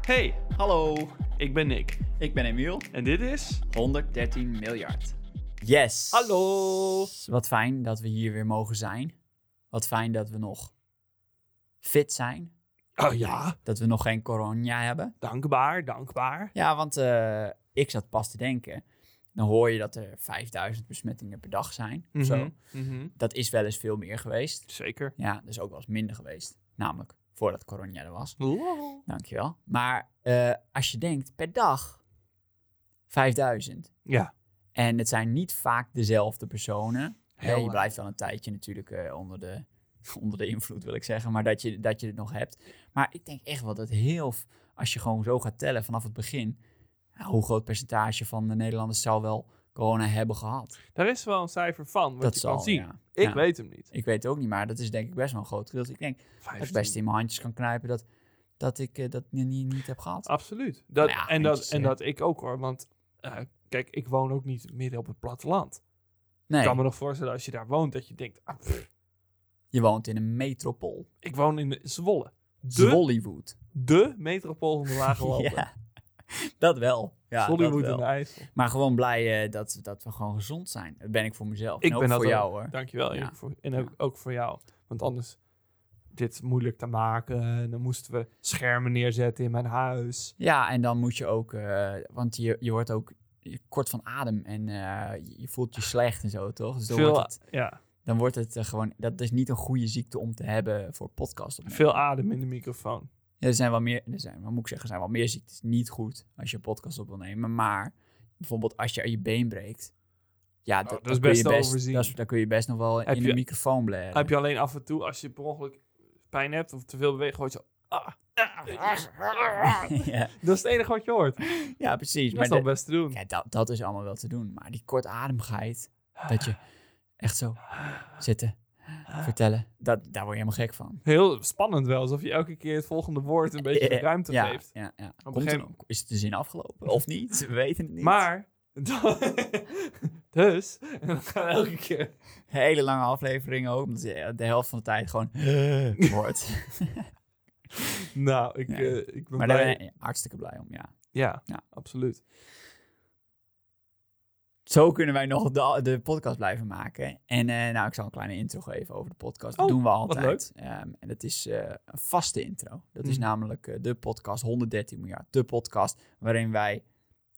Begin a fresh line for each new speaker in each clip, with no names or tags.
Hey,
Hallo,
ik ben Nick
ik ben Emiel.
en dit is
113 miljard.
Yes.
Hallo.
Wat fijn dat we hier weer mogen zijn. Wat fijn dat we nog fit zijn.
Oh ja,
Dat we nog geen corona hebben.
dankbaar, dankbaar.
Ja, want eh, ik zat pas te denken. Dan hoor je dat er 5000 besmettingen per dag zijn. of Zo.
Mhm.
Dat is wel eens veel meer geweest.
Zeker.
Ja, dat is ook wel eens minder geweest. Namelijk voordat corona er was.
Wow.
Dankjewel. Maar eh, als je denkt per dag 5000.
Ja.
En het zijn niet vaak dezelfde personen.
Heel
Ja, je
waar.
blijft wel een tijdje natuurlijk eh, onder, de, onder de invloed, wil ik zeggen. Maar dat je, dat je het nog hebt. Maar ik denk echt wel dat heel... v- Als je gewoon zo gaat tellen vanaf het begin... ja, hoe groot percentage van de Nederlanders zou wel corona hebben gehad?
Daar is wel een cijfer van, wat
dat
je
zal,
kan zien.
ja.
Ik
Ja.
weet hem niet.
Ik weet het ook niet, maar dat is denk ik best wel een groot gedeelte. Ik denk dat ik
15.
best in mijn handjes kan knijpen dat, dat ik eh, dat ni- ni- niet, heb gehad.
Absoluut. Dat,
Nou ja,
en, dat,
eentjes,
en
ja.
dat ik ook hoor, want eh, kijk, ik woon ook niet midden op het platteland.
nee,
Ik kan me nog voorstellen als je daar woont, dat je denkt, ah, pff,
je woont in een metropool.
ik woon in Zwolle. De,
Zollywood.
de metropool van de Lage Landen.
Ja, dat wel. Ja,
Zwolle
dat
moet
wel.
in de IJssel.
Maar gewoon blij eh, dat, dat we gewoon gezond zijn. Dat ben ik voor mezelf.
Ik
en ook
ben dat
voor
ook.
jou hoor.
Dankjewel.
Ja.
Erik, voor- en ook, ook voor jou. Want anders, dit is moeilijk te maken. En dan moesten we schermen neerzetten in mijn huis.
Ja, en dan moet je ook, eh, want je, je wordt ook kort van adem en eh, je- je voelt je slecht en zo, toch? Dus dan
Veel,
wordt het,
ja,
dan wordt het eh, gewoon, dat is niet een goede ziekte om te hebben voor podcast.
veel adem in de microfoon.
Ja, er zijn wel meer, er zijn, wat moet ik zeggen, er zijn wel meer ziektes niet goed als je een podcast op wil nemen. Maar bijvoorbeeld als je je been breekt, ja, dat,
Nou, dat
dat
is
kun
best
je
te overzien.
dat is- daar kun je best nog wel
Heb
in
je-
een microfoon blaren.
Heb je alleen af en toe, als je per ongeluk pijn hebt of te veel beweegt, hoort je zo, ah, ah, ah, ah.
ja,
Dat is het enige wat je hoort. Dat
ja, precies.
is
Maar
nog
dat-
best te doen.
ja, dat, dat is allemaal wel te doen. Maar die kortademigheid, dat je echt zo zitten, vertellen, dat, daar word je helemaal gek van. Eh,
Heel spannend wel, alsof je elke keer het volgende woord een beetje de ruimte
ja,
geeft.
Ja, ja. Komt
gegeven-
er ook- is het de zin afgelopen of niet? We weten het niet.
Maar, dan- dus, en dan gaan we elke keer.
Hele lange afleveringen ook, omdat je de helft van de tijd gewoon wordt.
Nou, ik,
Ja.
eh, ik ben
Maar daar
blij.
ben ik hartstikke blij om, ja.
Ja,
Ja.
absoluut.
Zo kunnen wij nog de, de podcast blijven maken. En eh, nou, ik zal een kleine intro geven over de podcast. Dat
Oh,
doen we
wat
altijd. Ehm, en dat is eh, een vaste intro. Dat is
Mhm.
namelijk eh, de podcast 113 miljard. De podcast waarin wij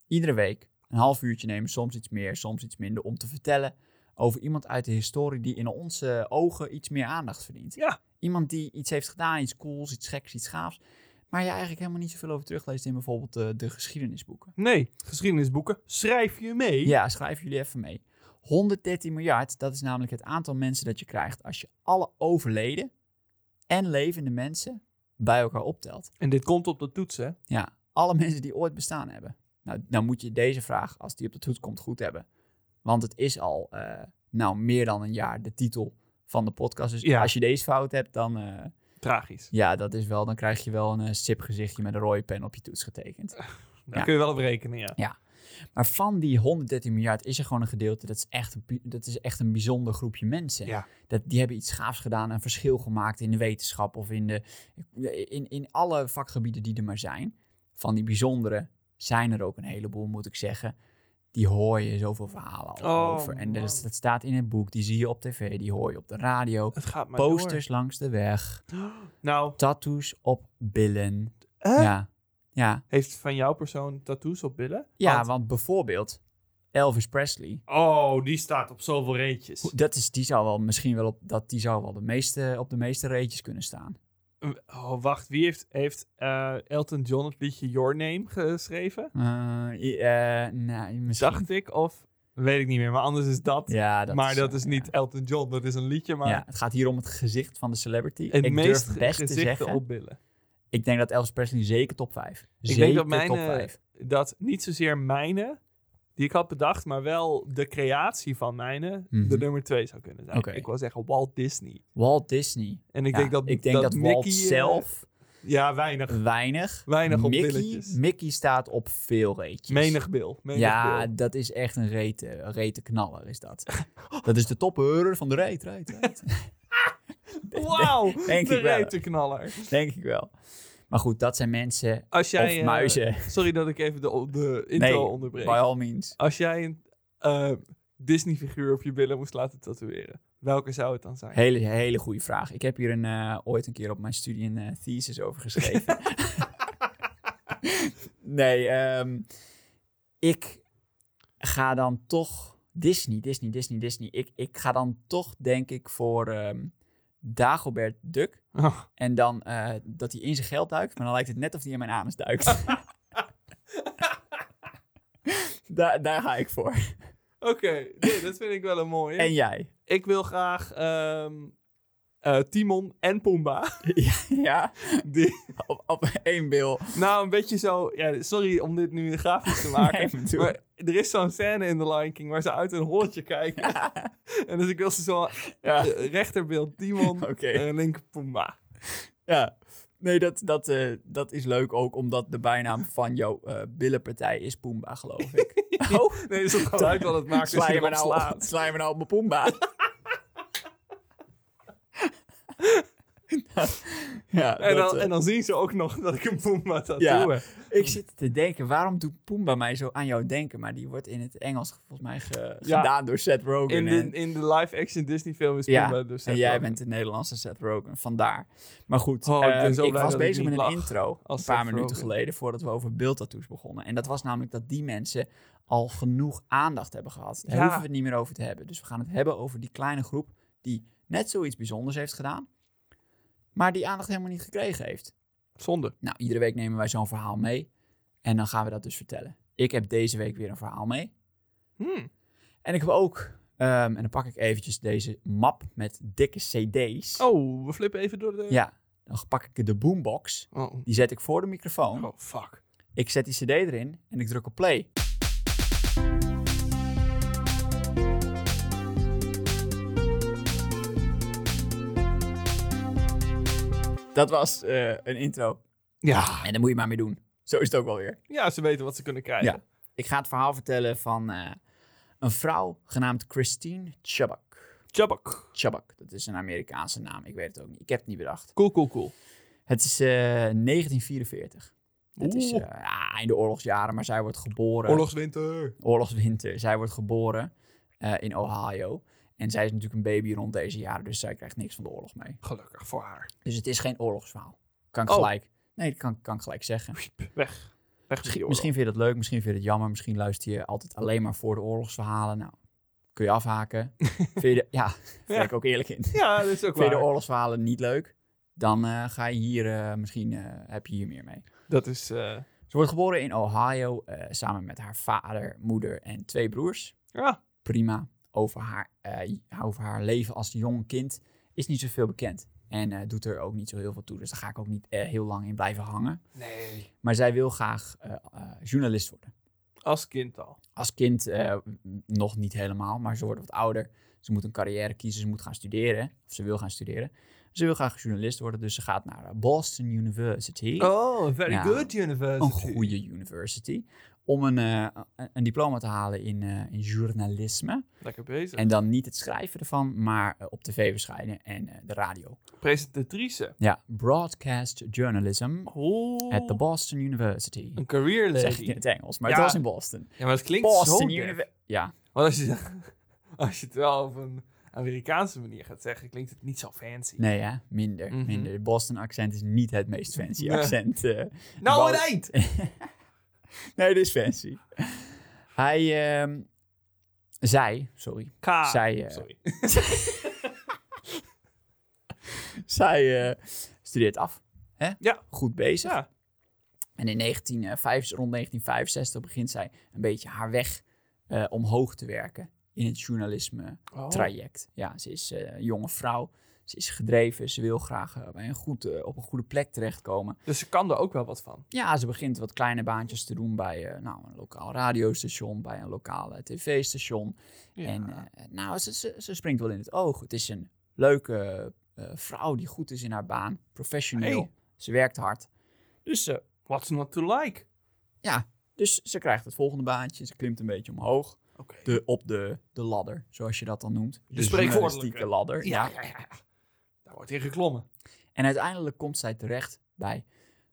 iedere week een half uurtje nemen, soms iets meer, soms iets minder, om te vertellen over iemand uit de historie die in onze ogen iets meer aandacht verdient.
Ja.
Iemand die iets heeft gedaan, iets cools, iets geks, iets gaafs. Maar je eigenlijk helemaal niet zoveel over terugleest in bijvoorbeeld eh, de geschiedenisboeken.
Nee, geschiedenisboeken, schrijf je mee.
Ja, schrijf jullie even mee. 113 miljard, dat is namelijk het aantal mensen dat je krijgt als je alle overleden en levende mensen bij elkaar optelt.
En dit komt op de toets, hè?
Ja, alle mensen die ooit bestaan hebben. Nou, nou moet je deze vraag, als die op de toets komt, goed hebben. Want het is al, eh, nou, meer dan een jaar de titel van de podcast. Dus
Ja.
als je deze fout hebt, dan, eh,
Tragisch.
ja, dat is wel, dan krijg je wel een eh, sip gezichtje met een rode pen op je toets getekend.
Daar
Ja.
kun je wel op rekenen, ja.
Maar van die 113 miljard is er gewoon een gedeelte. Dat is echt een, bi- dat is echt een bijzonder groepje mensen.
Ja.
Dat, die hebben iets gaafs gedaan, een verschil gemaakt in de wetenschap of in, de, in, in alle vakgebieden die er maar zijn. Van die bijzondere zijn er ook een heleboel, moet ik zeggen. Die hoor je zoveel verhalen al
Oh,
over. En dat, is-
man.
dat staat in het boek, die zie je op tv, die hoor je op de radio.
Het gaat maar
Posters langs de weg,
door. Nou,
tattoos op billen.
hè?
Ja, ja.
heeft van jouw persoon tattoos op billen?
ja
Want-
want bijvoorbeeld Elvis Presley.
Oh, die staat op zoveel reetjes.
Hoe- Dat is, die zou wel misschien wel op, dat die zou wel de meeste, op de meeste reetjes kunnen staan.
Oh, wacht, wie heeft, heeft eh, Elton John het liedje Your Name geschreven?
Eh, i- eh, nou, misschien.
Dacht ik, of weet ik niet meer, maar anders is dat.
ja, dat
maar dat
eh,
is niet
ja.
Elton John, dat is een liedje, maar
Ja, het gaat hier om het gezicht van de celebrity.
het
ik
meest
durf best te
gezichten
zeggen,
op billen.
ik denk dat Elvis Presley zeker top 5.
denk
zeker
dat mijn,
top
eh,
5.
dat niet zozeer mijne, die ik had bedacht, maar wel de creatie van mijne,
Mhm.
de nummer twee zou kunnen zijn.
Oké.
Ik wil zeggen Walt Disney.
Walt Disney.
En ik
Ja,
denk dat
ik denk dat, Walt
Mickey, eh,
zelf
ja, weinig.
weinig.
Weinig op
Mickey,
billetjes.
Mickey staat op veel reetjes.
Menig bil. Menig
Ja,
bil.
dat is echt een rete, een rete knaller is dat. dat is de topper van de reet, reet, reet.
Wauw,
denk
de
ik wel.
reetenknaller.
Denk ik wel. Maar goed, dat zijn mensen
Als jij,
of
eh,
muizen.
Sorry dat ik even de, de intro
Nee,
onderbreek.
By all means.
Als jij een eh, Disney-figuur op je billen moest laten tatoeëren, welke zou het dan zijn?
Hele, hele goede vraag. Ik heb hier een, eh, ooit een keer op mijn studie een eh, thesis over geschreven. nee, ehm, ik ga dan toch Disney, Disney, Disney, Disney. Ik, ik ga dan toch denk ik voor ehm, Dagobert Duck.
Oh,
En dan eh, dat hij in zijn geld duikt, maar dan lijkt het net of hij in mijn anus duikt. daar, daar ga ik voor.
Oké, nee, dat vind ik wel een mooie.
En jij?
Ik wil graag ehm, eh, Timon en Pumba.
ja, ja,
Die,
op, op één bil.
nou, een beetje zo... Ja, sorry om dit nu grafisch te maken.
Nee, doe.
maar er is zo'n scène in The Lion King waar ze uit een holletje kijken. en dus ik wil ze zo...
Ja,
eh, rechterbeeld Timon
oké.
en linker Pumba.
Ja. Nee, dat, dat, eh, dat is leuk ook, omdat de bijnaam van jouw eh, billenpartij is Pumba, geloof ik. oh,
Nee, dat is het geluid wat het maakt als
sla
je
je, me
erop
nou,
dus slaat.
sla je me nou op mijn Pumba? ja,
En
dat,
dan,
eh,
en dan zien ze ook nog dat ik een Pumba tattoo
Ja.
heb.
Ik zit te denken, waarom doet Pumba mij zo aan jou denken? Maar die wordt in het Engels volgens mij ge-
Ja.
gedaan door Seth Rogen.
In
en,
de, in de live-action Disney-film is
Ja,
Pumba dus...
en jij bent de Nederlandse Seth Rogen, vandaar. Maar goed,
Oh, ik ben
eh,
zo
ik
blij
was
dat ik
bezig
niet
met een
lag
intro
als
een paar
Seth
minuten
Rogen.
geleden voordat we over beeldtattoos begonnen. En dat was namelijk dat die mensen al genoeg aandacht hebben gehad. Daar
Ja.
hoeven we het niet meer over te hebben. Dus we gaan het hebben over die kleine groep die net zoiets bijzonders heeft gedaan, maar die aandacht helemaal niet gekregen heeft.
Zonde.
Nou, iedere week nemen wij zo'n verhaal mee. En dan gaan we dat dus vertellen. Ik heb deze week weer een verhaal mee.
Hmm.
En ik heb ook, ehm, en dan pak ik eventjes deze map met dikke CD's.
Oh, we flippen even door de...
Ja, dan pak ik de boombox.
Oh,
Die zet ik voor de microfoon.
Oh, fuck.
Ik zet die CD erin en ik druk op play. Dat was eh, een intro.
Ja.
En daar moet je maar mee doen. Zo is het ook wel weer.
ja, ze weten wat ze kunnen krijgen.
Ja. Ik ga het verhaal vertellen van eh, een vrouw genaamd Christine Chubbuck.
Tjabak.
Chubbuck, dat is een Amerikaanse naam. Ik weet het ook niet. Ik heb het niet bedacht.
Cool, cool, cool.
Het is eh, 1944. Het is
Oeh.
eh, ja, in de oorlogsjaren, maar zij wordt
eh,
geboren.
Oorlogswinter.
Oorlogswinter. Zij wordt geboren eh, in Ohio. En zij is natuurlijk een baby rond deze jaren, dus zij krijgt niks van de oorlog mee.
Gelukkig voor haar.
Dus het is geen oorlogsverhaal. Kan ik
Oh.
gelijk. Nee, dat kan, kan ik gelijk zeggen.
Weg. Weg met die
Misschien,
oorlog.
misschien vind je dat leuk, misschien vind je het jammer. Misschien luister je altijd alleen maar voor de oorlogsverhalen. Nou, kun je afhaken. vind je de, ja, daar ben ik ook eerlijk in.
Ja, dat is ook
Vind je de
waar.
oorlogsverhalen niet leuk? Dan eh, ga je hier, eh, misschien eh, heb je hier meer mee.
Dat is... eh,
Ze wordt geboren in Ohio eh, samen met haar vader, moeder en twee broers.
ja.
Prima. Over haar, eh, over haar leven als jong kind is niet zoveel bekend. En eh, doet er ook niet zo heel veel toe. Dus daar ga ik ook niet eh, heel lang in blijven hangen.
Nee.
Maar zij wil graag eh, eh, journalist worden.
Als kind al.
als kind eh, m- nog niet helemaal, maar ze wordt wat ouder. Ze moet een carrière kiezen, ze moet gaan studeren. Of ze wil gaan studeren. Ze wil graag journalist worden, dus ze gaat naar eh, Boston University.
Oh, very
Ja.
good university.
een goede university. Om een, eh, een- een diploma te halen in, eh, in journalisme.
Lekker bezig.
En dan niet het schrijven ervan, maar eh, op tv verschijnen en eh, de radio.
Presentatrice.
Ja, broadcast journalism
Oh.
at the Boston University.
Een career
Dat zeg ik in
lady.
het Engels, maar
Ja.
het was in Boston.
Ja, maar het klinkt zo
Boston
def.
University. Ja,
Want als je, als je het wel op een Amerikaanse manier gaat zeggen, klinkt het niet zo fancy.
Nee, hè? minder.
Mhm.
minder. Boston accent is niet het meest fancy
Nee.
accent. eh.
Nou,
Wel-
het eind!
nee, het is fancy. Hij, ehm, zij, sorry.
Ka.
Zij, eh,
Sorry.
Zij eh, studeert af. Hè?
Ja.
Goed bezig.
Ja.
En in 1905, rond 1965 begint zij een beetje haar weg eh, omhoog te werken in het journalisme
Oh.
traject. Ja, ze is eh, een jonge vrouw. Ze is gedreven. Ze wil graag eh, bij een goed, eh, op een goede plek terechtkomen.
Dus ze kan er ook wel wat van.
Ja, ze begint wat kleine baantjes te doen bij eh, nou, een lokaal radiostation, bij een lokale tv-station.
Ja.
En eh, nou, ze, ze, ze springt wel in het oog. Het is een leuke eh, vrouw die goed is in haar baan, professioneel.
Hey.
Ze werkt hard. Dus, eh,
What's not to like?
dus ze krijgt het volgende baantje. Ze klimt een beetje omhoog
Oké.
de, op de, de ladder, zoals je dat dan noemt. De
spreekwoordelijke.
journalistieke ladder.
Ja, ja, ja. Daar wordt in geklommen.
En uiteindelijk komt zij terecht bij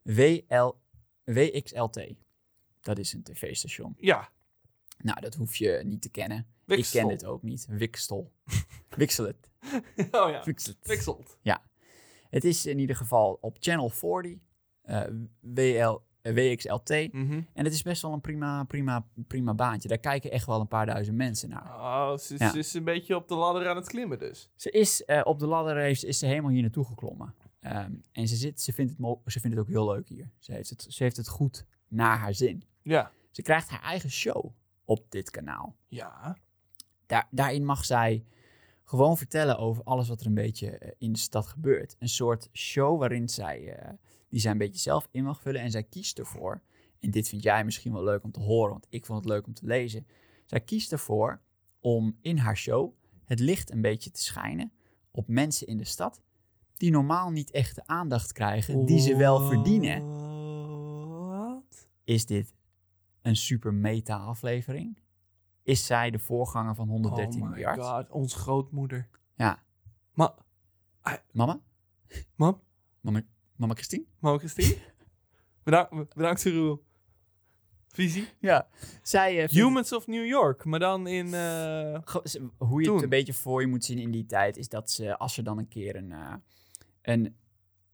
WL, WXLT. Dat is een tv-station.
Ja,
Nou, dat hoef je niet te kennen. Ik
Wiksel.
ken dit ook niet. Wikstol. Wikselet.
Oh ja,
Wikselet.
wikselt.
Het is in ieder geval op Channel 40, eh, WL, eh, WXLT.
Mhm.
En het is best wel een prima, prima, prima baantje. Daar kijken echt wel een paar duizend mensen naar.
Oh, ze,
Ja.
ze is een beetje op de ladder aan het klimmen dus.
Ze is eh, op de ladder heeft, is ze helemaal hier naartoe geklommen. Ehm, en ze, zit, ze, vindt het mo- ze vindt het ook heel leuk hier. Ze heeft het, ze heeft het goed naar haar zin.
Ja.
Ze krijgt haar eigen show op dit kanaal.
Ja.
Daar, daarin mag zij gewoon vertellen over alles wat er een beetje eh, in de stad gebeurt. Een soort show waarin zij, eh, die zij een beetje zelf in mag vullen en zij kiest ervoor. En dit vind jij misschien wel leuk om te horen, want ik vond het leuk om te lezen. Zij kiest ervoor om in haar show het licht een beetje te schijnen op mensen in de stad die normaal niet echt de aandacht krijgen die ze wel verdienen.
Wat?
Is dit een super meta aflevering? Is zij de voorganger van 113
oh my
miljard?
god, ons grootmoeder.
Ja.
Maar,
Mama?
mam,
Mama, mama Christine?
mam Christine? bedankt, bedankt voor uw visie.
Ja. Zij, eh, vindt-
Humans of New York, maar dan in... eh,
Ge- ze- hoe je
Toen.
het een beetje voor je moet zien in die tijd, is dat ze, als er dan een keer een, eh, een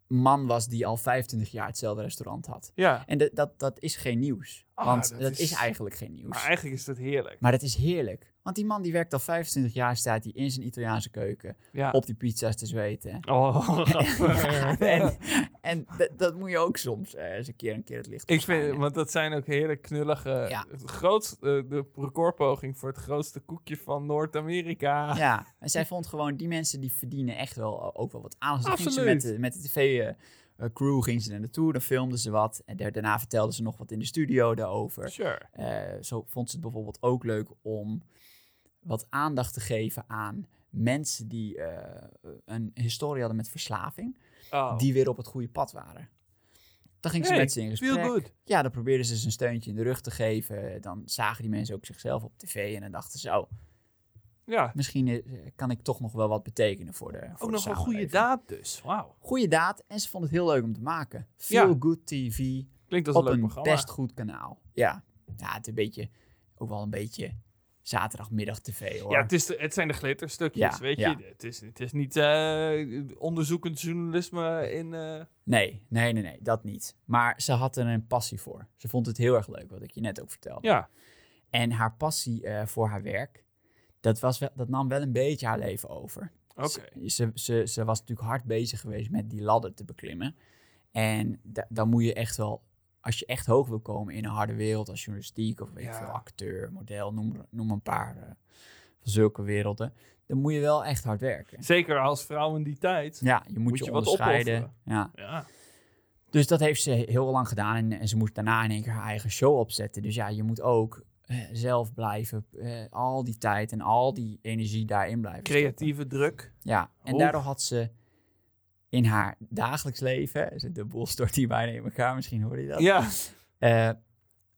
man was die al 25 jaar hetzelfde restaurant had.
ja,
En dat- dat, dat is geen nieuws.
Ah,
want
dat
dat,
is-
is... eigenlijk geen nieuws.
maar e-
Maar...
eigenlijk is dat heerlijk.
dat is heerlijk. Want die man die werkt al 25 jaar, staat hij in zijn Italiaanse keuken
Ja.
op die pizza's te zweten.
Oh, grappig.
en en dat- dat moet je ook soms eh, eens een keer een keer het licht
Ik vind,
opschijnen.
want dat zijn ook hele knullige.
Ja.
Het grootst, eh, de recordpoging voor het grootste koekje van Noord-Amerika.
Ja, en zij vond gewoon, die mensen die verdienen echt wel eh, ook wel wat aandacht. Dus ging ze
Absoluut.
met de, met de eh, tv-crew ging ze naar naartoe, dan filmden ze wat. En daar- daarna vertelden ze nog wat in de studio daarover.
Sure.
Eh, zo vond ze het bijvoorbeeld ook leuk om wat aandacht te geven aan mensen die eh, een historie hadden met verslaving.
Oh.
Die weer op het goede pad waren. Dan ging ze
Hey,
met ze in
feel
gesprek.
good.
Ja, dan probeerden ze ze een steuntje in de rug te geven. Dan zagen die mensen ook zichzelf op tv en dan dachten ze, oh,
Ja,
misschien eh, kan ik toch nog wel wat betekenen voor de voor
ook
de
nog een goede
samenleving.
daad dus. Wauw.
Goede daad. En ze vond het heel leuk om te maken. Feel
Ja.
Good TV
Klinkt als
op
een leuk
een
programma.
best goed kanaal. Ja. Ja, het is een beetje, ook wel een beetje zaterdagmiddag tv hoor.
ja, het, is de- het zijn de glitterstukjes,
Ja,
weet
ja.
je. Het is, het is niet eh, onderzoekend journalisme in... eh,
Nee, nee, nee, nee, dat niet. Maar ze had er een passie voor. Ze vond het heel erg leuk, wat ik je net ook vertelde.
Ja,
En haar passie eh, voor haar werk, dat, was wel, dat nam wel een beetje haar leven over.
oké.
Ze, ze, ze, ze was natuurlijk hard bezig geweest met die ladder te beklimmen. En da- dan moet je echt wel, als je echt hoog wil komen in een harde wereld als journalistiek of weet ik
Ja.
veel, acteur, model, noem, noem een paar eh, van zulke werelden, dan moet je wel echt hard werken.
Zeker als vrouw in die tijd.
Ja, je moet,
Moet
je,
je wat
onderscheiden.
opofferen.
ja.
Ja.
Dus dat heeft ze heel lang gedaan en, en ze moest daarna in één keer haar eigen show opzetten. Dus ja, je moet ook eh, zelf blijven, eh, al die tijd en al die energie daarin blijven. stoppen.
Creatieve druk.
Ja, en
Oef.
daardoor had ze in haar dagelijks leven, de boel stort hier bijna in elkaar, misschien hoorde je dat,
Ja,
eh,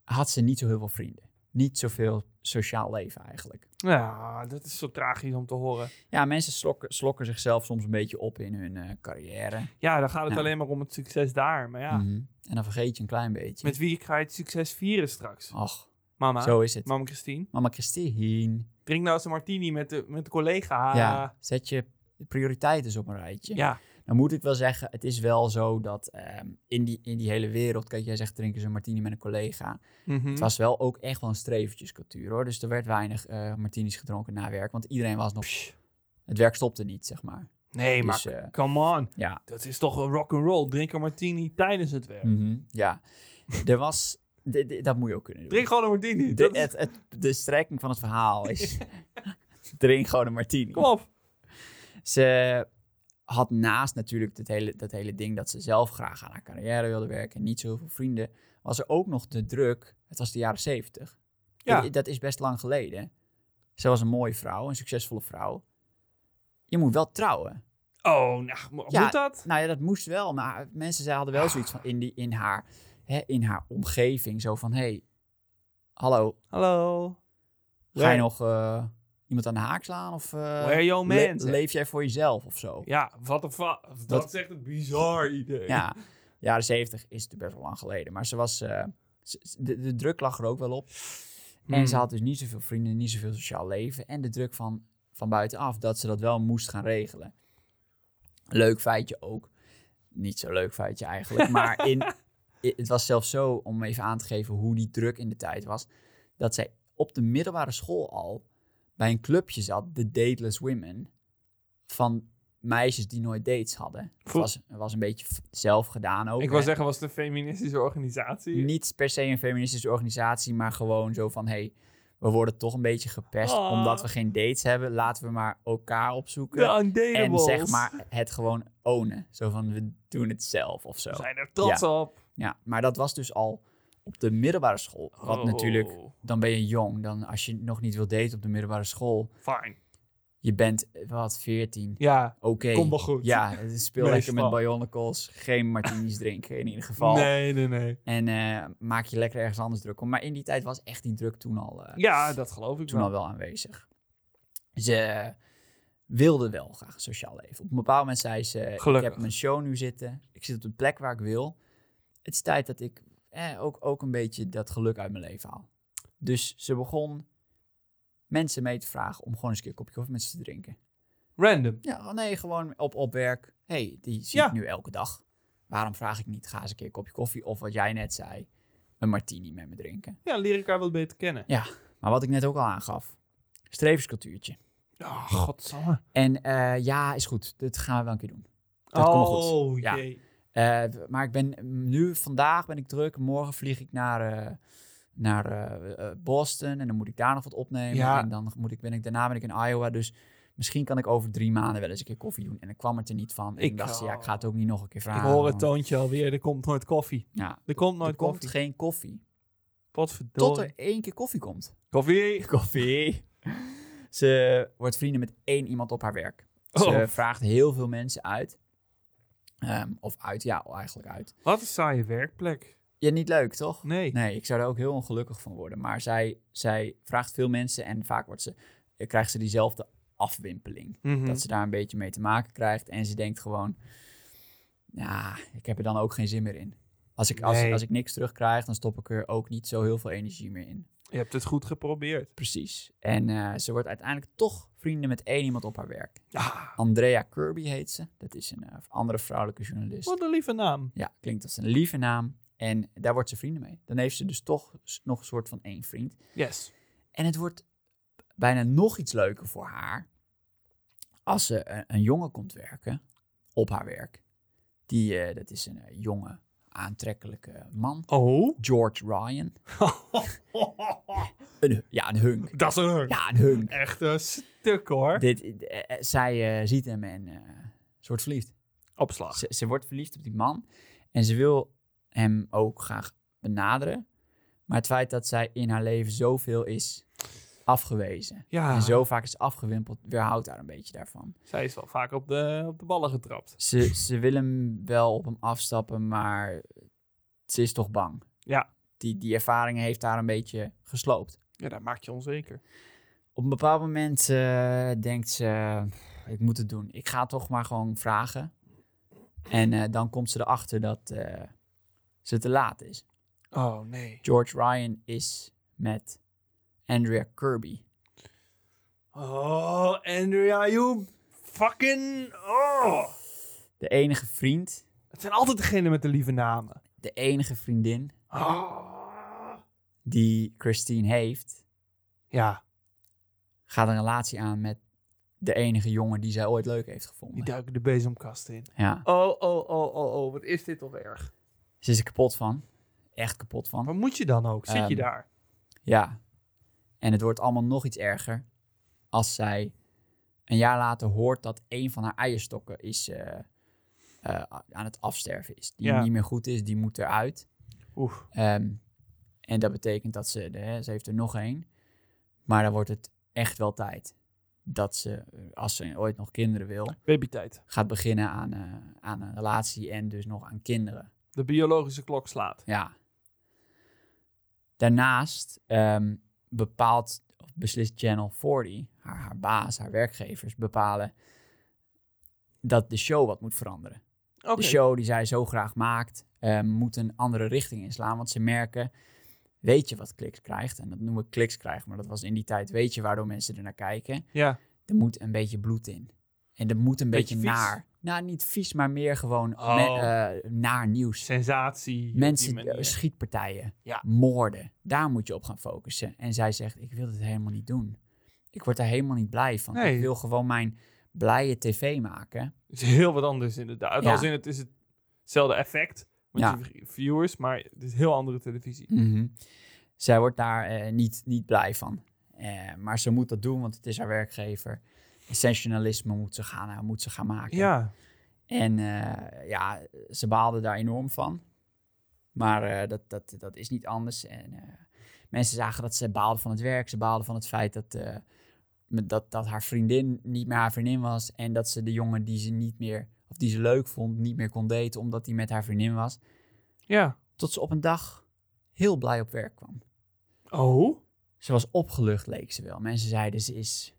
had ze niet zo heel veel vrienden. Niet zoveel sociaal leven eigenlijk.
ja dat is zo tragisch om te horen.
Ja, mensen slokken, slokken zichzelf soms een beetje op in hun eh, carrière.
Ja, dan gaat het
Ja.
alleen maar om het succes daar. Maar ja,
Mhm. En dan vergeet je een klein beetje.
met wie ga je het succes vieren straks?
Ach,
Mama,
zo is het.
mama Christine.
Mama Christine.
Drink nou eens een martini met de, met de collega.
Ja, zet je prioriteiten eens op een rijtje.
Ah. ja.
Dan moet ik wel zeggen, het is wel zo dat ehm, in, die, in die hele wereld, kijk, jij zegt drinken eens een martini met een collega.
Mhm.
Het was wel ook echt wel een strevertjescultuur hoor. Dus er werd weinig eh martinis gedronken na werk. Want iedereen was nog. Het werk stopte niet, zeg maar.
Nee, maar
Dus, eh,
come on.
ja.
Dat is toch een rock'n'roll. Drink een martini tijdens het werk.
Mhm, ja. er was. de- de- dat moet je ook kunnen doen.
Drink gewoon een martini.
de,
dat is-
het, het- de strekking van het verhaal is. drink gewoon een martini.
Kom op.
Ze had naast natuurlijk dat hele, dat hele ding dat ze zelf graag aan haar carrière wilde werken. en Niet zoveel vrienden. Was er ook nog de druk. Het was de jaren zeventig.
Ja.
Dat, dat is best lang geleden. Ze was een mooie vrouw, een succesvolle vrouw. Je moet wel trouwen.
Oh, nou, mo-
Ja.
moet dat?
Nou ja, dat moest wel. Maar mensen zij hadden wel zoiets van in, die, in, haar, hè, in haar omgeving. Zo van, hé, hey, hallo,
Hallo.
ga je
Ja.
nog eh, iemand aan de haak slaan? Of eh,
Where your
le-
man?
leef jij voor jezelf of zo?
ja, wat een fa... Dat
Wat-
is echt een bizar idee.
Ja, jaren 70 is het best wel lang geleden. Maar ze was, eh, ze- ze- de, de druk lag er ook wel op. En ze
Hmm.
had dus niet zoveel vrienden, niet zoveel sociaal leven. En de druk van, van buitenaf dat ze dat wel moest gaan regelen. Leuk feitje ook. Niet zo leuk feitje eigenlijk. Maar in, i- het was zelfs zo, om even aan te geven hoe die druk in de tijd was. Dat zij op de middelbare school al bij een clubje zat, de Dateless Women. Van meisjes die nooit dates hadden. Het
Voel-
was, het was een beetje f- zelf gedaan ook.
Ik wil
hè.
zeggen, was het een feministische organisatie?
Niet per se een feministische organisatie, maar gewoon zo van... Hey, we worden toch een beetje gepest
Ah.
omdat we geen dates hebben. Laten we maar elkaar opzoeken.
De
en
Undatables.
zeg maar het gewoon ownen. Zo van, we doen het zelf of zo.
We zijn er trots op.
Ja, maar dat was dus al op de middelbare school. Wat
Oh,
natuurlijk, dan ben je jong. Dan als je nog niet wilt daten op de middelbare school.
Fijn.
Je bent, eh, wat, 14.
Ja,
Oké.
komt wel goed.
Ja, het is speel
Meestal.
lekker met Bionicles. Geen martinis drinken in ieder geval.
Nee, nee, nee.
En eh, maak je lekker ergens anders druk om. Maar in die tijd was echt die druk toen al, eh,
Ja, dat geloof ik
toen al
wel.
wel aanwezig. Ze wilde wel graag een sociaal leven. Op een bepaald moment zei ze, ik
Gelukkig.
heb mijn show nu zitten. Ik zit op de plek waar ik wil. Het is tijd dat ik eh, ook, ook een beetje dat geluk uit mijn leven haal. Dus ze begon mensen mee te vragen om gewoon eens een keer een kopje koffie met ze te drinken.
Random.
Ja, nee, gewoon op, op werk. hey, die zie
Ja.
ik nu elke dag. Waarom vraag ik niet, ga eens een keer een kopje koffie of wat jij net zei, een martini met me drinken.
Ja, leer elkaar wat beter kennen.
Maar wat ik net ook al aangaf, streverscultuurtje.
Oh, godsamme.
En eh, ja, is goed, dat gaan we wel een keer doen. Dat
oh,
komt goed. Ja.
jee.
Eh, maar ik ben nu, vandaag ben ik druk, morgen vlieg ik naar, eh, naar eh, eh, Boston en dan moet ik daar nog wat opnemen.
Ja.
En dan moet ik, ben ik, daarna ben ik in Iowa, dus misschien kan ik over drie maanden wel eens een keer koffie doen. En ik kwam het er niet van. En ik,
Ik,
dacht, ja,
oh.
ik ga het ook niet nog een keer
Ik
vragen.
hoor het
want-
toontje alweer. Er komt nooit koffie.
Ja,
Er komt nooit
er komt
koffie.
geen koffie.
Potverdorie.
Tot er één keer koffie komt.
Koffie.
Koffie. Ze wordt vrienden met één iemand op haar werk. Ze
Oh,
vraagt heel veel mensen uit. Ehm, of uit, ja, eigenlijk uit.
wat een saaie werkplek.
Ja, niet leuk, toch?
Nee.
Nee, ik zou daar ook heel ongelukkig van worden. Maar zij, zij vraagt veel mensen en vaak wordt ze, eh, krijgt ze diezelfde afwimpeling.
Mhm.
Dat ze daar een beetje mee te maken krijgt. En ze denkt gewoon, ja, ik heb er dan ook geen zin meer in. Als ik, als,
Nee.
als ik niks terugkrijg, dan stop ik er ook niet zo heel veel energie meer in.
Je hebt het goed geprobeerd.
Precies. En eh, ze wordt uiteindelijk toch vrienden met één iemand op haar werk.
Ja,
Andrea Kirby heet ze. Dat is een eh, andere vrouwelijke journalist.
wat een lieve naam.
Ja, klinkt als een lieve naam. En daar wordt ze vrienden mee. Dan heeft ze dus toch s- nog een soort van één vriend.
Yes.
En het wordt bijna nog iets leuker voor haar als ze een, een jongen komt werken op haar werk. Die, eh, dat is een eh, jonge, aantrekkelijke man.
Oh.
George Ryan. Een, ja, een hunk.
dat is een
Ja, een hunk.
echt een stuk hoor.
Dit, eh, eh, zij eh, ziet hem en eh, ze wordt verliefd.
Opslag.
Ze, ze wordt verliefd op die man en ze wil hem ook graag benaderen. Maar het feit dat zij in haar leven zoveel is afgewezen
Ja,
en zo vaak is afgewimpeld, weerhoudt haar een beetje daarvan.
zij is wel vaak op de, op de ballen getrapt.
Ze, ze wil hem wel op hem afstappen, maar ze is toch bang.
Ja.
Die, die ervaring heeft haar een beetje gesloopt.
Ja, dat maakt je onzeker.
op een bepaald moment eh, denkt ze, ik moet het doen. Ik ga het toch maar gewoon vragen. En eh, dan komt ze erachter dat eh, ze te laat is.
Oh nee.
George Ryan is met Andrea Kirby.
Oh, Andrea, you fucking... Oh.
De enige vriend,
Het zijn altijd degenen met de lieve namen.
de enige vriendin
Oh.
die Christine heeft,
Ja,
gaat een relatie aan met de enige jongen die zij ooit leuk heeft
die
gevonden.
duiken de bezemkast in.
Ja,
Oh, oh, oh, oh, oh, wat is dit toch erg.
ze is er kapot van. Echt kapot van.
Waar moet je dan ook? Zit je
Ehm,
daar?
Ja. En het wordt allemaal nog iets erger als zij een jaar later hoort dat een van haar eierstokken is, eh, eh, aan het afsterven is. Die
Ja.
niet meer goed is, die moet eruit.
Oef.
Ehm, en dat betekent dat ze, hè, ze heeft er nog één. Maar dan wordt het echt wel tijd dat ze, eh, als ze ooit nog kinderen wil,
Babytijd.
gaat beginnen aan, eh, aan een relatie en dus nog aan kinderen.
De biologische klok slaat.
Ja. Daarnaast ehm, bepaalt of beslist Channel 40, haar, haar baas, haar werkgevers, bepalen dat de show wat moet veranderen.
Oké.
De show die zij zo graag maakt, eh, moet een andere richting inslaan. Want ze merken, weet je wat kliks krijgt? En dat noemen we kliks krijgen, maar dat was in die tijd, weet je waardoor mensen er naar kijken?
Ja,
Er moet een beetje bloed in. En er moet een
Beetje
beetje,
vies?
naar. Nou, niet vies, maar meer gewoon
Oh.
me- eh, naar nieuws.
sensatie. op die
Mensen,
manier.
eh, schietpartijen,
Ja.
moorden, daar moet je op gaan focussen. En zij zegt, ik wil dit helemaal niet doen. Ik word daar helemaal niet blij van.
Nee.
Ik wil gewoon mijn blije tv maken.
Het is heel wat anders inderdaad.
Ja.
Als in het is het- hetzelfde effect met
Ja.
die viewers, maar het is heel andere televisie.
Zij wordt daar eh, niet, niet blij van. Eh, maar ze moet dat doen, want het is haar werkgever. Sensationalisme moet ze gaan, eh, moet ze gaan maken.
Ja,
En eh, ja, ze baalde daar enorm van. Maar eh, dat, dat, dat is niet anders. En eh, mensen zagen dat ze baalde van het werk. Ze baalde van het feit dat, eh, met- dat, dat haar vriendin niet meer haar vriendin was. En dat ze de jongen die ze niet meer, of die ze leuk vond, niet meer kon daten omdat hij met haar vriendin was.
ja.
Tot ze op een dag heel blij op werk kwam.
Oh,
Ze was opgelucht, leek ze wel. Mensen zeiden ze is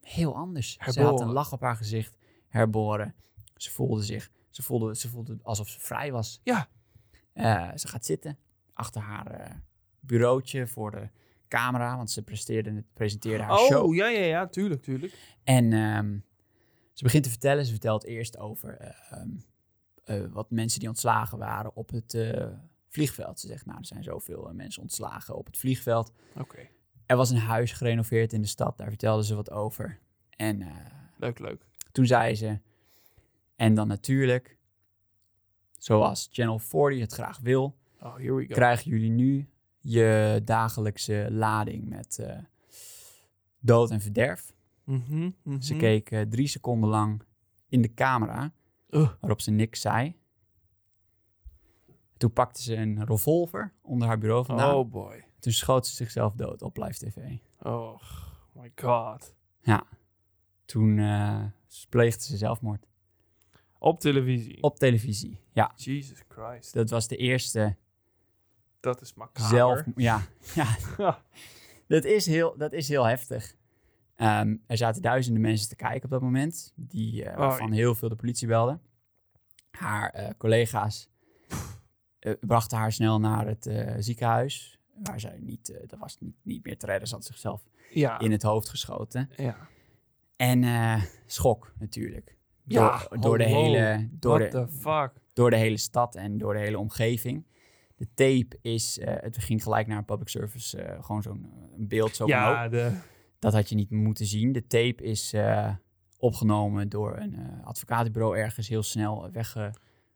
heel anders. Ze had
Herboren.
een lach op haar gezicht, herboren. Ze voelde zich, ze voelde, ze voelde alsof ze vrij was.
Ja.
Eh, ze gaat zitten achter haar eh, bureautje voor de camera, want ze presteerde, presenteerde haar
oh
show.
ja, ja, ja, tuurlijk, tuurlijk.
En ehm, ze begint te vertellen. Ze vertelt eerst over eh, ehm, eh, wat mensen die ontslagen waren op het eh, vliegveld. Ze zegt, nou, er zijn zoveel eh, mensen ontslagen op het vliegveld.
Oké,
Er was een huis gerenoveerd in de stad, daar vertelden ze wat over. En eh,
leuk, leuk.
toen zei ze, en dan natuurlijk, zoals Channel 40 het graag wil,
Oh, here we go.
krijgen jullie nu je dagelijkse lading met eh, dood en verderf.
Mhm, mhm.
Ze keek eh, drie seconden lang in de camera,
Ugh.
waarop ze niks zei. Toen pakte ze een revolver onder haar bureau vandaan.
Oh boy.
Toen schoot ze zichzelf dood op live tv.
Oh my god.
Toen eh pleegde ze zelfmoord.
Op televisie.
Op televisie. Ja,
Jesus Christ.
dat was de eerste
Dat is macaber.
zelf... Ja, ja. dat, is heel, dat is heel heftig. Ehm, er zaten duizenden mensen te kijken op dat moment. Die, eh
Oh,
waarvan heel veel de politie belden. Haar eh, collega's eh, brachten haar snel naar het eh, ziekenhuis. Waar zij niet... eh, dat was niet, niet meer te redden. Ze had zichzelf
Ja.
in het hoofd geschoten.
ja.
En eh, schok natuurlijk.
Ja,
door, door de
hallo.
hele... Door
What
de,
the fuck?
door de hele stad en door de hele omgeving. De tape is, eh, het ging gelijk naar een public service, eh, gewoon zo'n eh, een beeld zo van,
Ja,
oh,
de...
dat had je niet moeten zien. De tape is eh, opgenomen door een eh, advocatenbureau ergens heel snel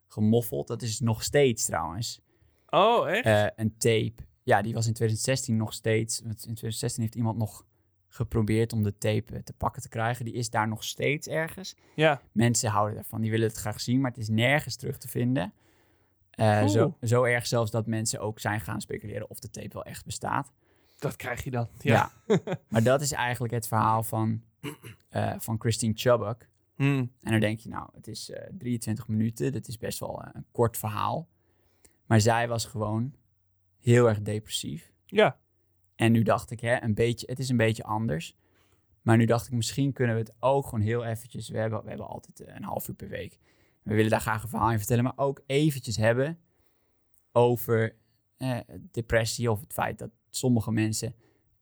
weggemoffeld. Dat is nog steeds trouwens
Oh, echt?
eh, een tape. Ja, die was in 2016 nog steeds. want In 2016 heeft iemand nog geprobeerd om de tape eh, te pakken te krijgen. Die is daar nog steeds ergens.
ja.
Mensen houden daarvan. Die willen het graag zien, maar het is nergens terug te vinden. Eh,
Oeh.
zo, zo erg zelfs dat mensen ook zijn gaan speculeren of de tape wel echt bestaat.
Dat krijg je dan. Ja.
maar dat is eigenlijk het verhaal van, eh, van Christine Chubbuck.
Hmm.
En dan denk je, nou, het is eh, 23 minuten. Dat is best wel eh, een kort verhaal. Maar zij was gewoon heel erg depressief.
Ja.
En nu dacht ik, hè, een beetje, het is een beetje anders. Maar nu dacht ik, misschien kunnen we het ook gewoon heel eventjes... We hebben, we hebben altijd eh, een half uur per week. We willen daar graag een verhaal in vertellen. Maar ook eventjes hebben over eh, depressie... of het feit dat sommige mensen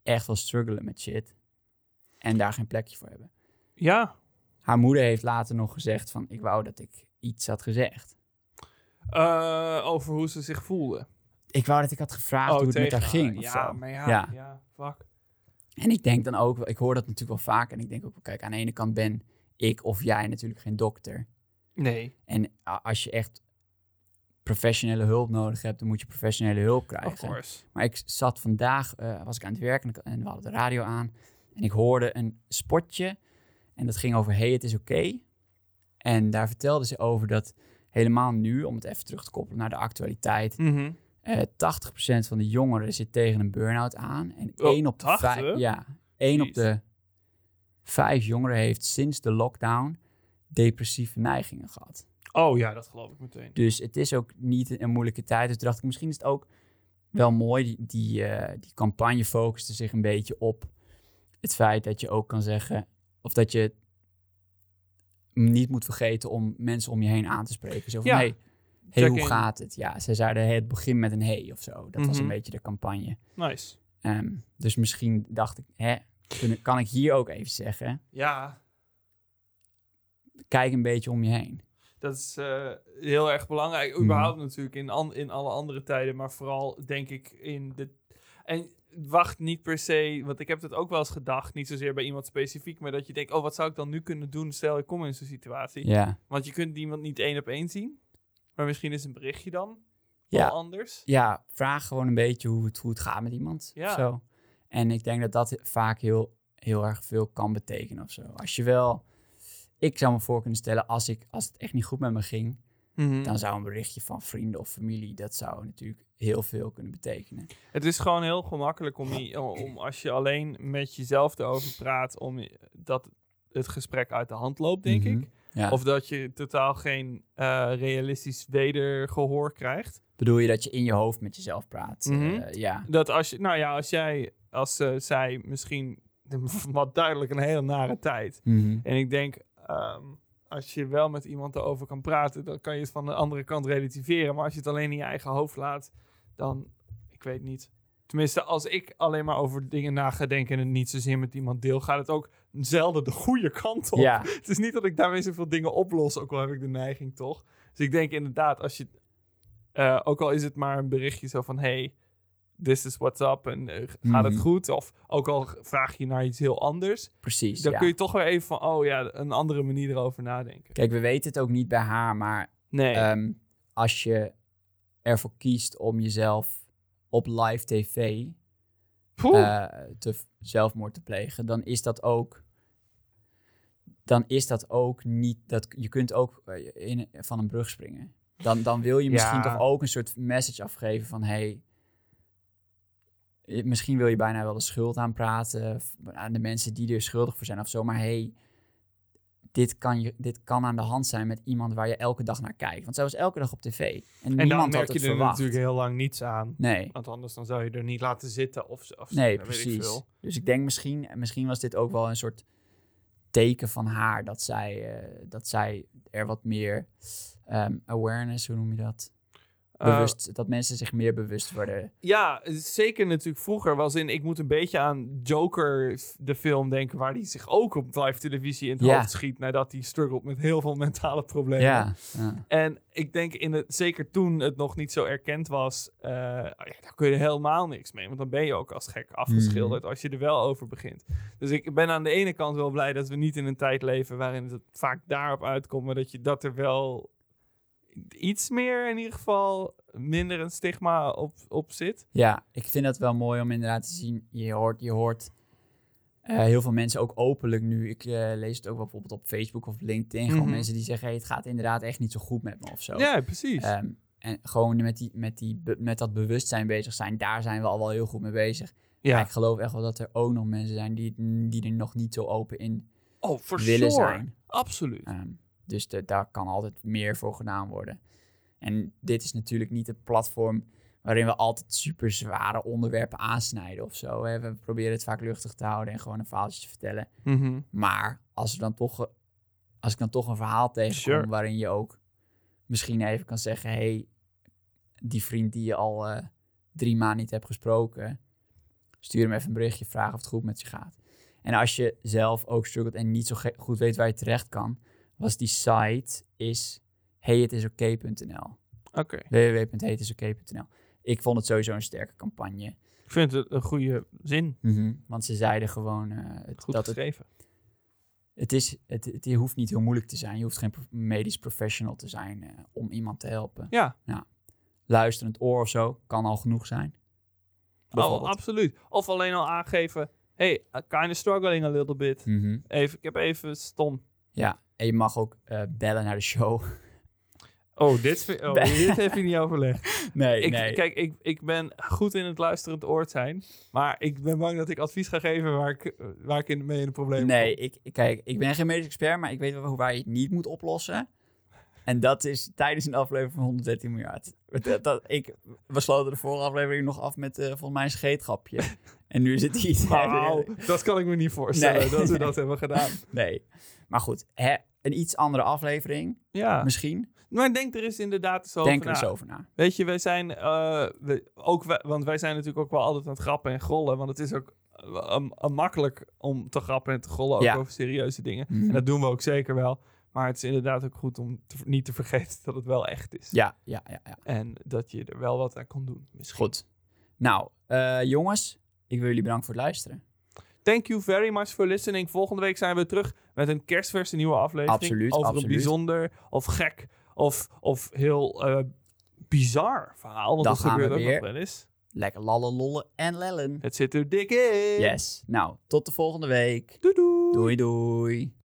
echt wel struggelen met shit... en daar geen plekje voor hebben.
Ja.
Haar moeder heeft later nog gezegd van... ik wou dat ik iets had gezegd.
Eh, over hoe ze zich voelde.
Ik wou dat ik had gevraagd hoe het met haar
Oh, tegen
ging.
haar.
of
Ja,
zo.
maar ja, ja.
Ja.
fuck.
En ik denk dan ook, wel- ik hoor dat natuurlijk wel vaak. En ik denk ook, wel, kijk, aan de ene kant ben ik of jij natuurlijk geen dokter.
Nee,
En a- als je echt professionele hulp nodig hebt, dan moet je professionele hulp
of
krijgen.
course.
Maar ik zat vandaag, eh, was ik aan het werk en, ik- en we hadden de radio aan. En ik hoorde een spotje en dat ging over Hey, het is oké. En daar vertelde ze over dat helemaal nu, om het even terug te koppelen naar de actualiteit,
Mhm.
eh 80% van de jongeren zit tegen een burn-out aan. En
Oh,
één op de
80?
vijf, ja, één op
Jeez.
de vijf jongeren heeft sinds de lockdown depressieve neigingen gehad.
Oh ja, dat geloof ik meteen.
Dus het is ook niet een- een moeilijke tijd. Dus toen dacht ik, misschien is het ook wel mooi. Die, die, eh, die campagne focuste zich een beetje op het feit dat je ook kan zeggen, of dat je niet moet vergeten om mensen om je heen aan te spreken. Zo van,
Ja.
hey, hey, hoe
in.
gaat het? Ja, ze zeiden hey, het begin met een hey of zo. Dat was een
Mhm.
beetje de campagne.
Nice.
Ehm, dus misschien dacht ik, hè, kunnen- kan ik hier ook even zeggen,
Ja,
kijk een beetje om je heen.
dat is eh, heel erg belangrijk.
Mhm.
Überhaupt natuurlijk in, an- in alle andere tijden, maar vooral denk ik in de. En wacht niet per se, want ik heb dat ook wel eens gedacht, niet zozeer bij iemand specifiek, maar dat je denkt: oh, wat zou ik dan nu kunnen doen? Stel, ik kom in zo'n situatie.
Ja,
Want je kunt iemand niet één op één zien, maar misschien is een berichtje dan
Ja.
wel anders.
ja vraag gewoon een beetje hoe het, hoe het gaat met iemand.
Ja.
of Zo. En ik denk dat dat vaak heel, heel erg veel kan betekenen of zo. Als je wel, ik zou me voor kunnen stellen, als, ik, als het echt niet goed met me ging,
Mm.
dan zou een berichtje van vrienden of familie, dat zou natuurlijk heel veel kunnen betekenen.
Het is gewoon heel gemakkelijk om, die- om als je alleen met jezelf erover praat, om je- dat het gesprek uit de hand loopt, denk
Mhm.
ik.
Ja.
Of dat je totaal geen eh, realistisch wedergehoor krijgt.
Bedoel je dat je in je hoofd met jezelf praat?
Mhm.
Eh, ja.
Dat als je, nou ja, als jij, als eh, zij misschien, wat duidelijk een hele nare tijd.
Mhm.
En ik denk, ehm, als je wel met iemand erover kan praten, dan kan je het van de andere kant relativeren. Maar als je het alleen in je eigen hoofd laat, dan, ik weet niet. Tenminste, als ik alleen maar over dingen na ga denken en het niet zozeer met iemand deel, gaat het ook zelden de goede kant op.
Ja,
Het is niet dat ik daarmee zoveel dingen oplos, ook al heb ik de neiging toch. Dus ik denk inderdaad, als je, eh, ook al is het maar een berichtje zo van, hey, this is what's up en eh, gaat het
Mhm.
goed? Of ook al vraag je naar iets heel anders,
precies.
dan
ja.
kun je toch weer even van, oh ja, een andere manier erover nadenken.
Kijk, we weten het ook niet bij haar, maar
Nee.
ehm, als je ervoor kiest om jezelf op live tv
Poeh.
eh, te, zelfmoord te plegen, dan is dat ook. Dan is dat ook niet. Dat, je kunt ook eh, in, van een brug springen. Dan, dan wil je misschien
Ja.
toch ook een soort message afgeven van hey. eh, Misschien wil je bijna wel de schuld aan praten. f- Aan de mensen die er schuldig voor zijn of zo. Maar hey, dit kan, je, dit kan aan de hand zijn met iemand waar je elke dag naar kijkt. Want zij was elke dag op tv. En,
en
niemand
dan
had
merk je
het
er
verwacht.
natuurlijk heel lang niets aan.
Nee.
Want anders dan zou je er niet laten zitten of, of
Nee,
weet ik
precies.
veel.
Dus ik denk misschien, misschien was dit ook wel een soort teken van haar dat zij, eh, dat zij er wat meer ehm, awareness, hoe noem je dat?
Eh,
Bewust, dat mensen zich meer bewust worden.
Ja, zeker natuurlijk vroeger was in. Ik moet een beetje aan Joker, f- de film, denken. waar hij zich ook op live televisie in het
Ja.
hoofd schiet. nadat hij struggelt met heel veel mentale problemen.
Ja, ja.
En ik denk in het, zeker toen het nog niet zo erkend was. eh, oh ja, daar kun je helemaal niks mee. Want dan ben je ook als gek afgeschilderd. als je er wel over begint. Dus ik ben aan de ene kant wel blij dat we niet in een tijd leven. waarin het vaak daarop uitkomt. maar dat je dat er wel iets meer in ieder geval. minder een stigma op, op zit.
ja, ik vind dat wel mooi om inderdaad te zien. Je hoort, je hoort eh, heel veel mensen ook openlijk nu. Ik eh, lees het ook wel bijvoorbeeld op Facebook of LinkedIn. Gewoon
Mhm.
mensen die zeggen, hey, het gaat inderdaad echt niet zo goed met me of zo.
Ja, precies.
Ehm, en gewoon met, die, met, die, be- met dat bewustzijn bezig zijn, daar zijn we al wel heel goed mee bezig.
ja.
Maar ik geloof echt wel dat er ook nog mensen zijn die, die er nog niet zo open in
oh, voor
willen zijn.
Absoluut.
Ehm, dus de- daar kan altijd meer voor gedaan worden. En dit is natuurlijk niet het platform waarin we altijd super zware onderwerpen aansnijden of zo. Hè. We proberen het vaak luchtig te houden en gewoon een verhaaltje te vertellen.
Mhm.
Maar als, er dan toch, eh, als ik dan toch een verhaal tegenkom
Sure.
waarin je ook misschien even kan zeggen... hé, hey, die vriend die je al eh, drie maanden niet hebt gesproken... stuur hem even een berichtje, vraag of het goed met je gaat. En als je zelf ook struggelt en niet zo ge- goed weet waar je terecht kan... was die site is heyhetisoké.nl.
Oké.
www.heyhetisoké.nl. Ik vond het sowieso een sterke campagne.
Ik vind het een goede zin.
Want ze zeiden gewoon eh, het-
Mhm. Goed
dat het
geschreven.
het, is, het, het hoeft niet heel moeilijk te zijn. Je hoeft geen pro- medisch professional te zijn eh, om iemand te helpen.
Ja,
Luisterend oor of zo kan al genoeg zijn.
oh,
Bijvoorbeeld.
absoluut. Of alleen al aangeven... Hey, I'm kind of struggling a little bit.
Mhm.
Even, ik heb even stom.
Ja, en je mag ook eh, bellen naar de show.
Oh, dit, vind- oh,
Ben-
dit heb je niet overlegd.
nee,
Ik,
nee.
Kijk, ik, ik ben goed in het luisterend oor zijn. Maar ik ben bang dat ik advies ga geven waar ik, waar ik in, mee in de problemen
nee, ik, ik- kijk, ik ben geen medisch expert, maar ik weet wel hoe- waar je het niet moet oplossen. En dat is tijdens een aflevering van 113 miljard. Dat, dat, ik, we sloten de vorige aflevering nog af met eh, volgens mij een scheetgrapje. En nu zit hij...
kom. Wauw, dat kan ik me niet voorstellen
Nee.
dat we dat hebben gedaan.
Nee. Maar goed, hè, een iets andere aflevering.
Ja,
Misschien.
maar denk er eens inderdaad zo
Denk
over
er eens
na.
over na.
Weet je, wij zijn eh, we, ook, wij- want wij zijn natuurlijk ook wel altijd aan het grappen en grollen. Want het is ook eh, am- am- makkelijk om te grappen en te grollen ook
Ja.
over serieuze dingen.
Mhm.
En dat doen we ook zeker wel. Maar het is inderdaad ook goed om te- niet te vergeten dat het wel echt is.
Ja, ja, ja. ja.
En dat je er wel wat aan kan doen. Misschien.
Goed. Nou, eh, jongens, ik wil jullie bedanken voor het luisteren.
Thank you very much for listening. Volgende week zijn we terug met een kerstverse nieuwe aflevering.
Absoluut,
Over
absoluut.
een bijzonder of gek of, of heel eh, bizar verhaal. Want
Dan
dat
gaan we
gebeurt ook
weer.
nog wel eens.
Lekker lallen, lollen en lellen.
Het zit er dik in.
Yes. Nou, tot de volgende week.
Doei doei.
Doei doei.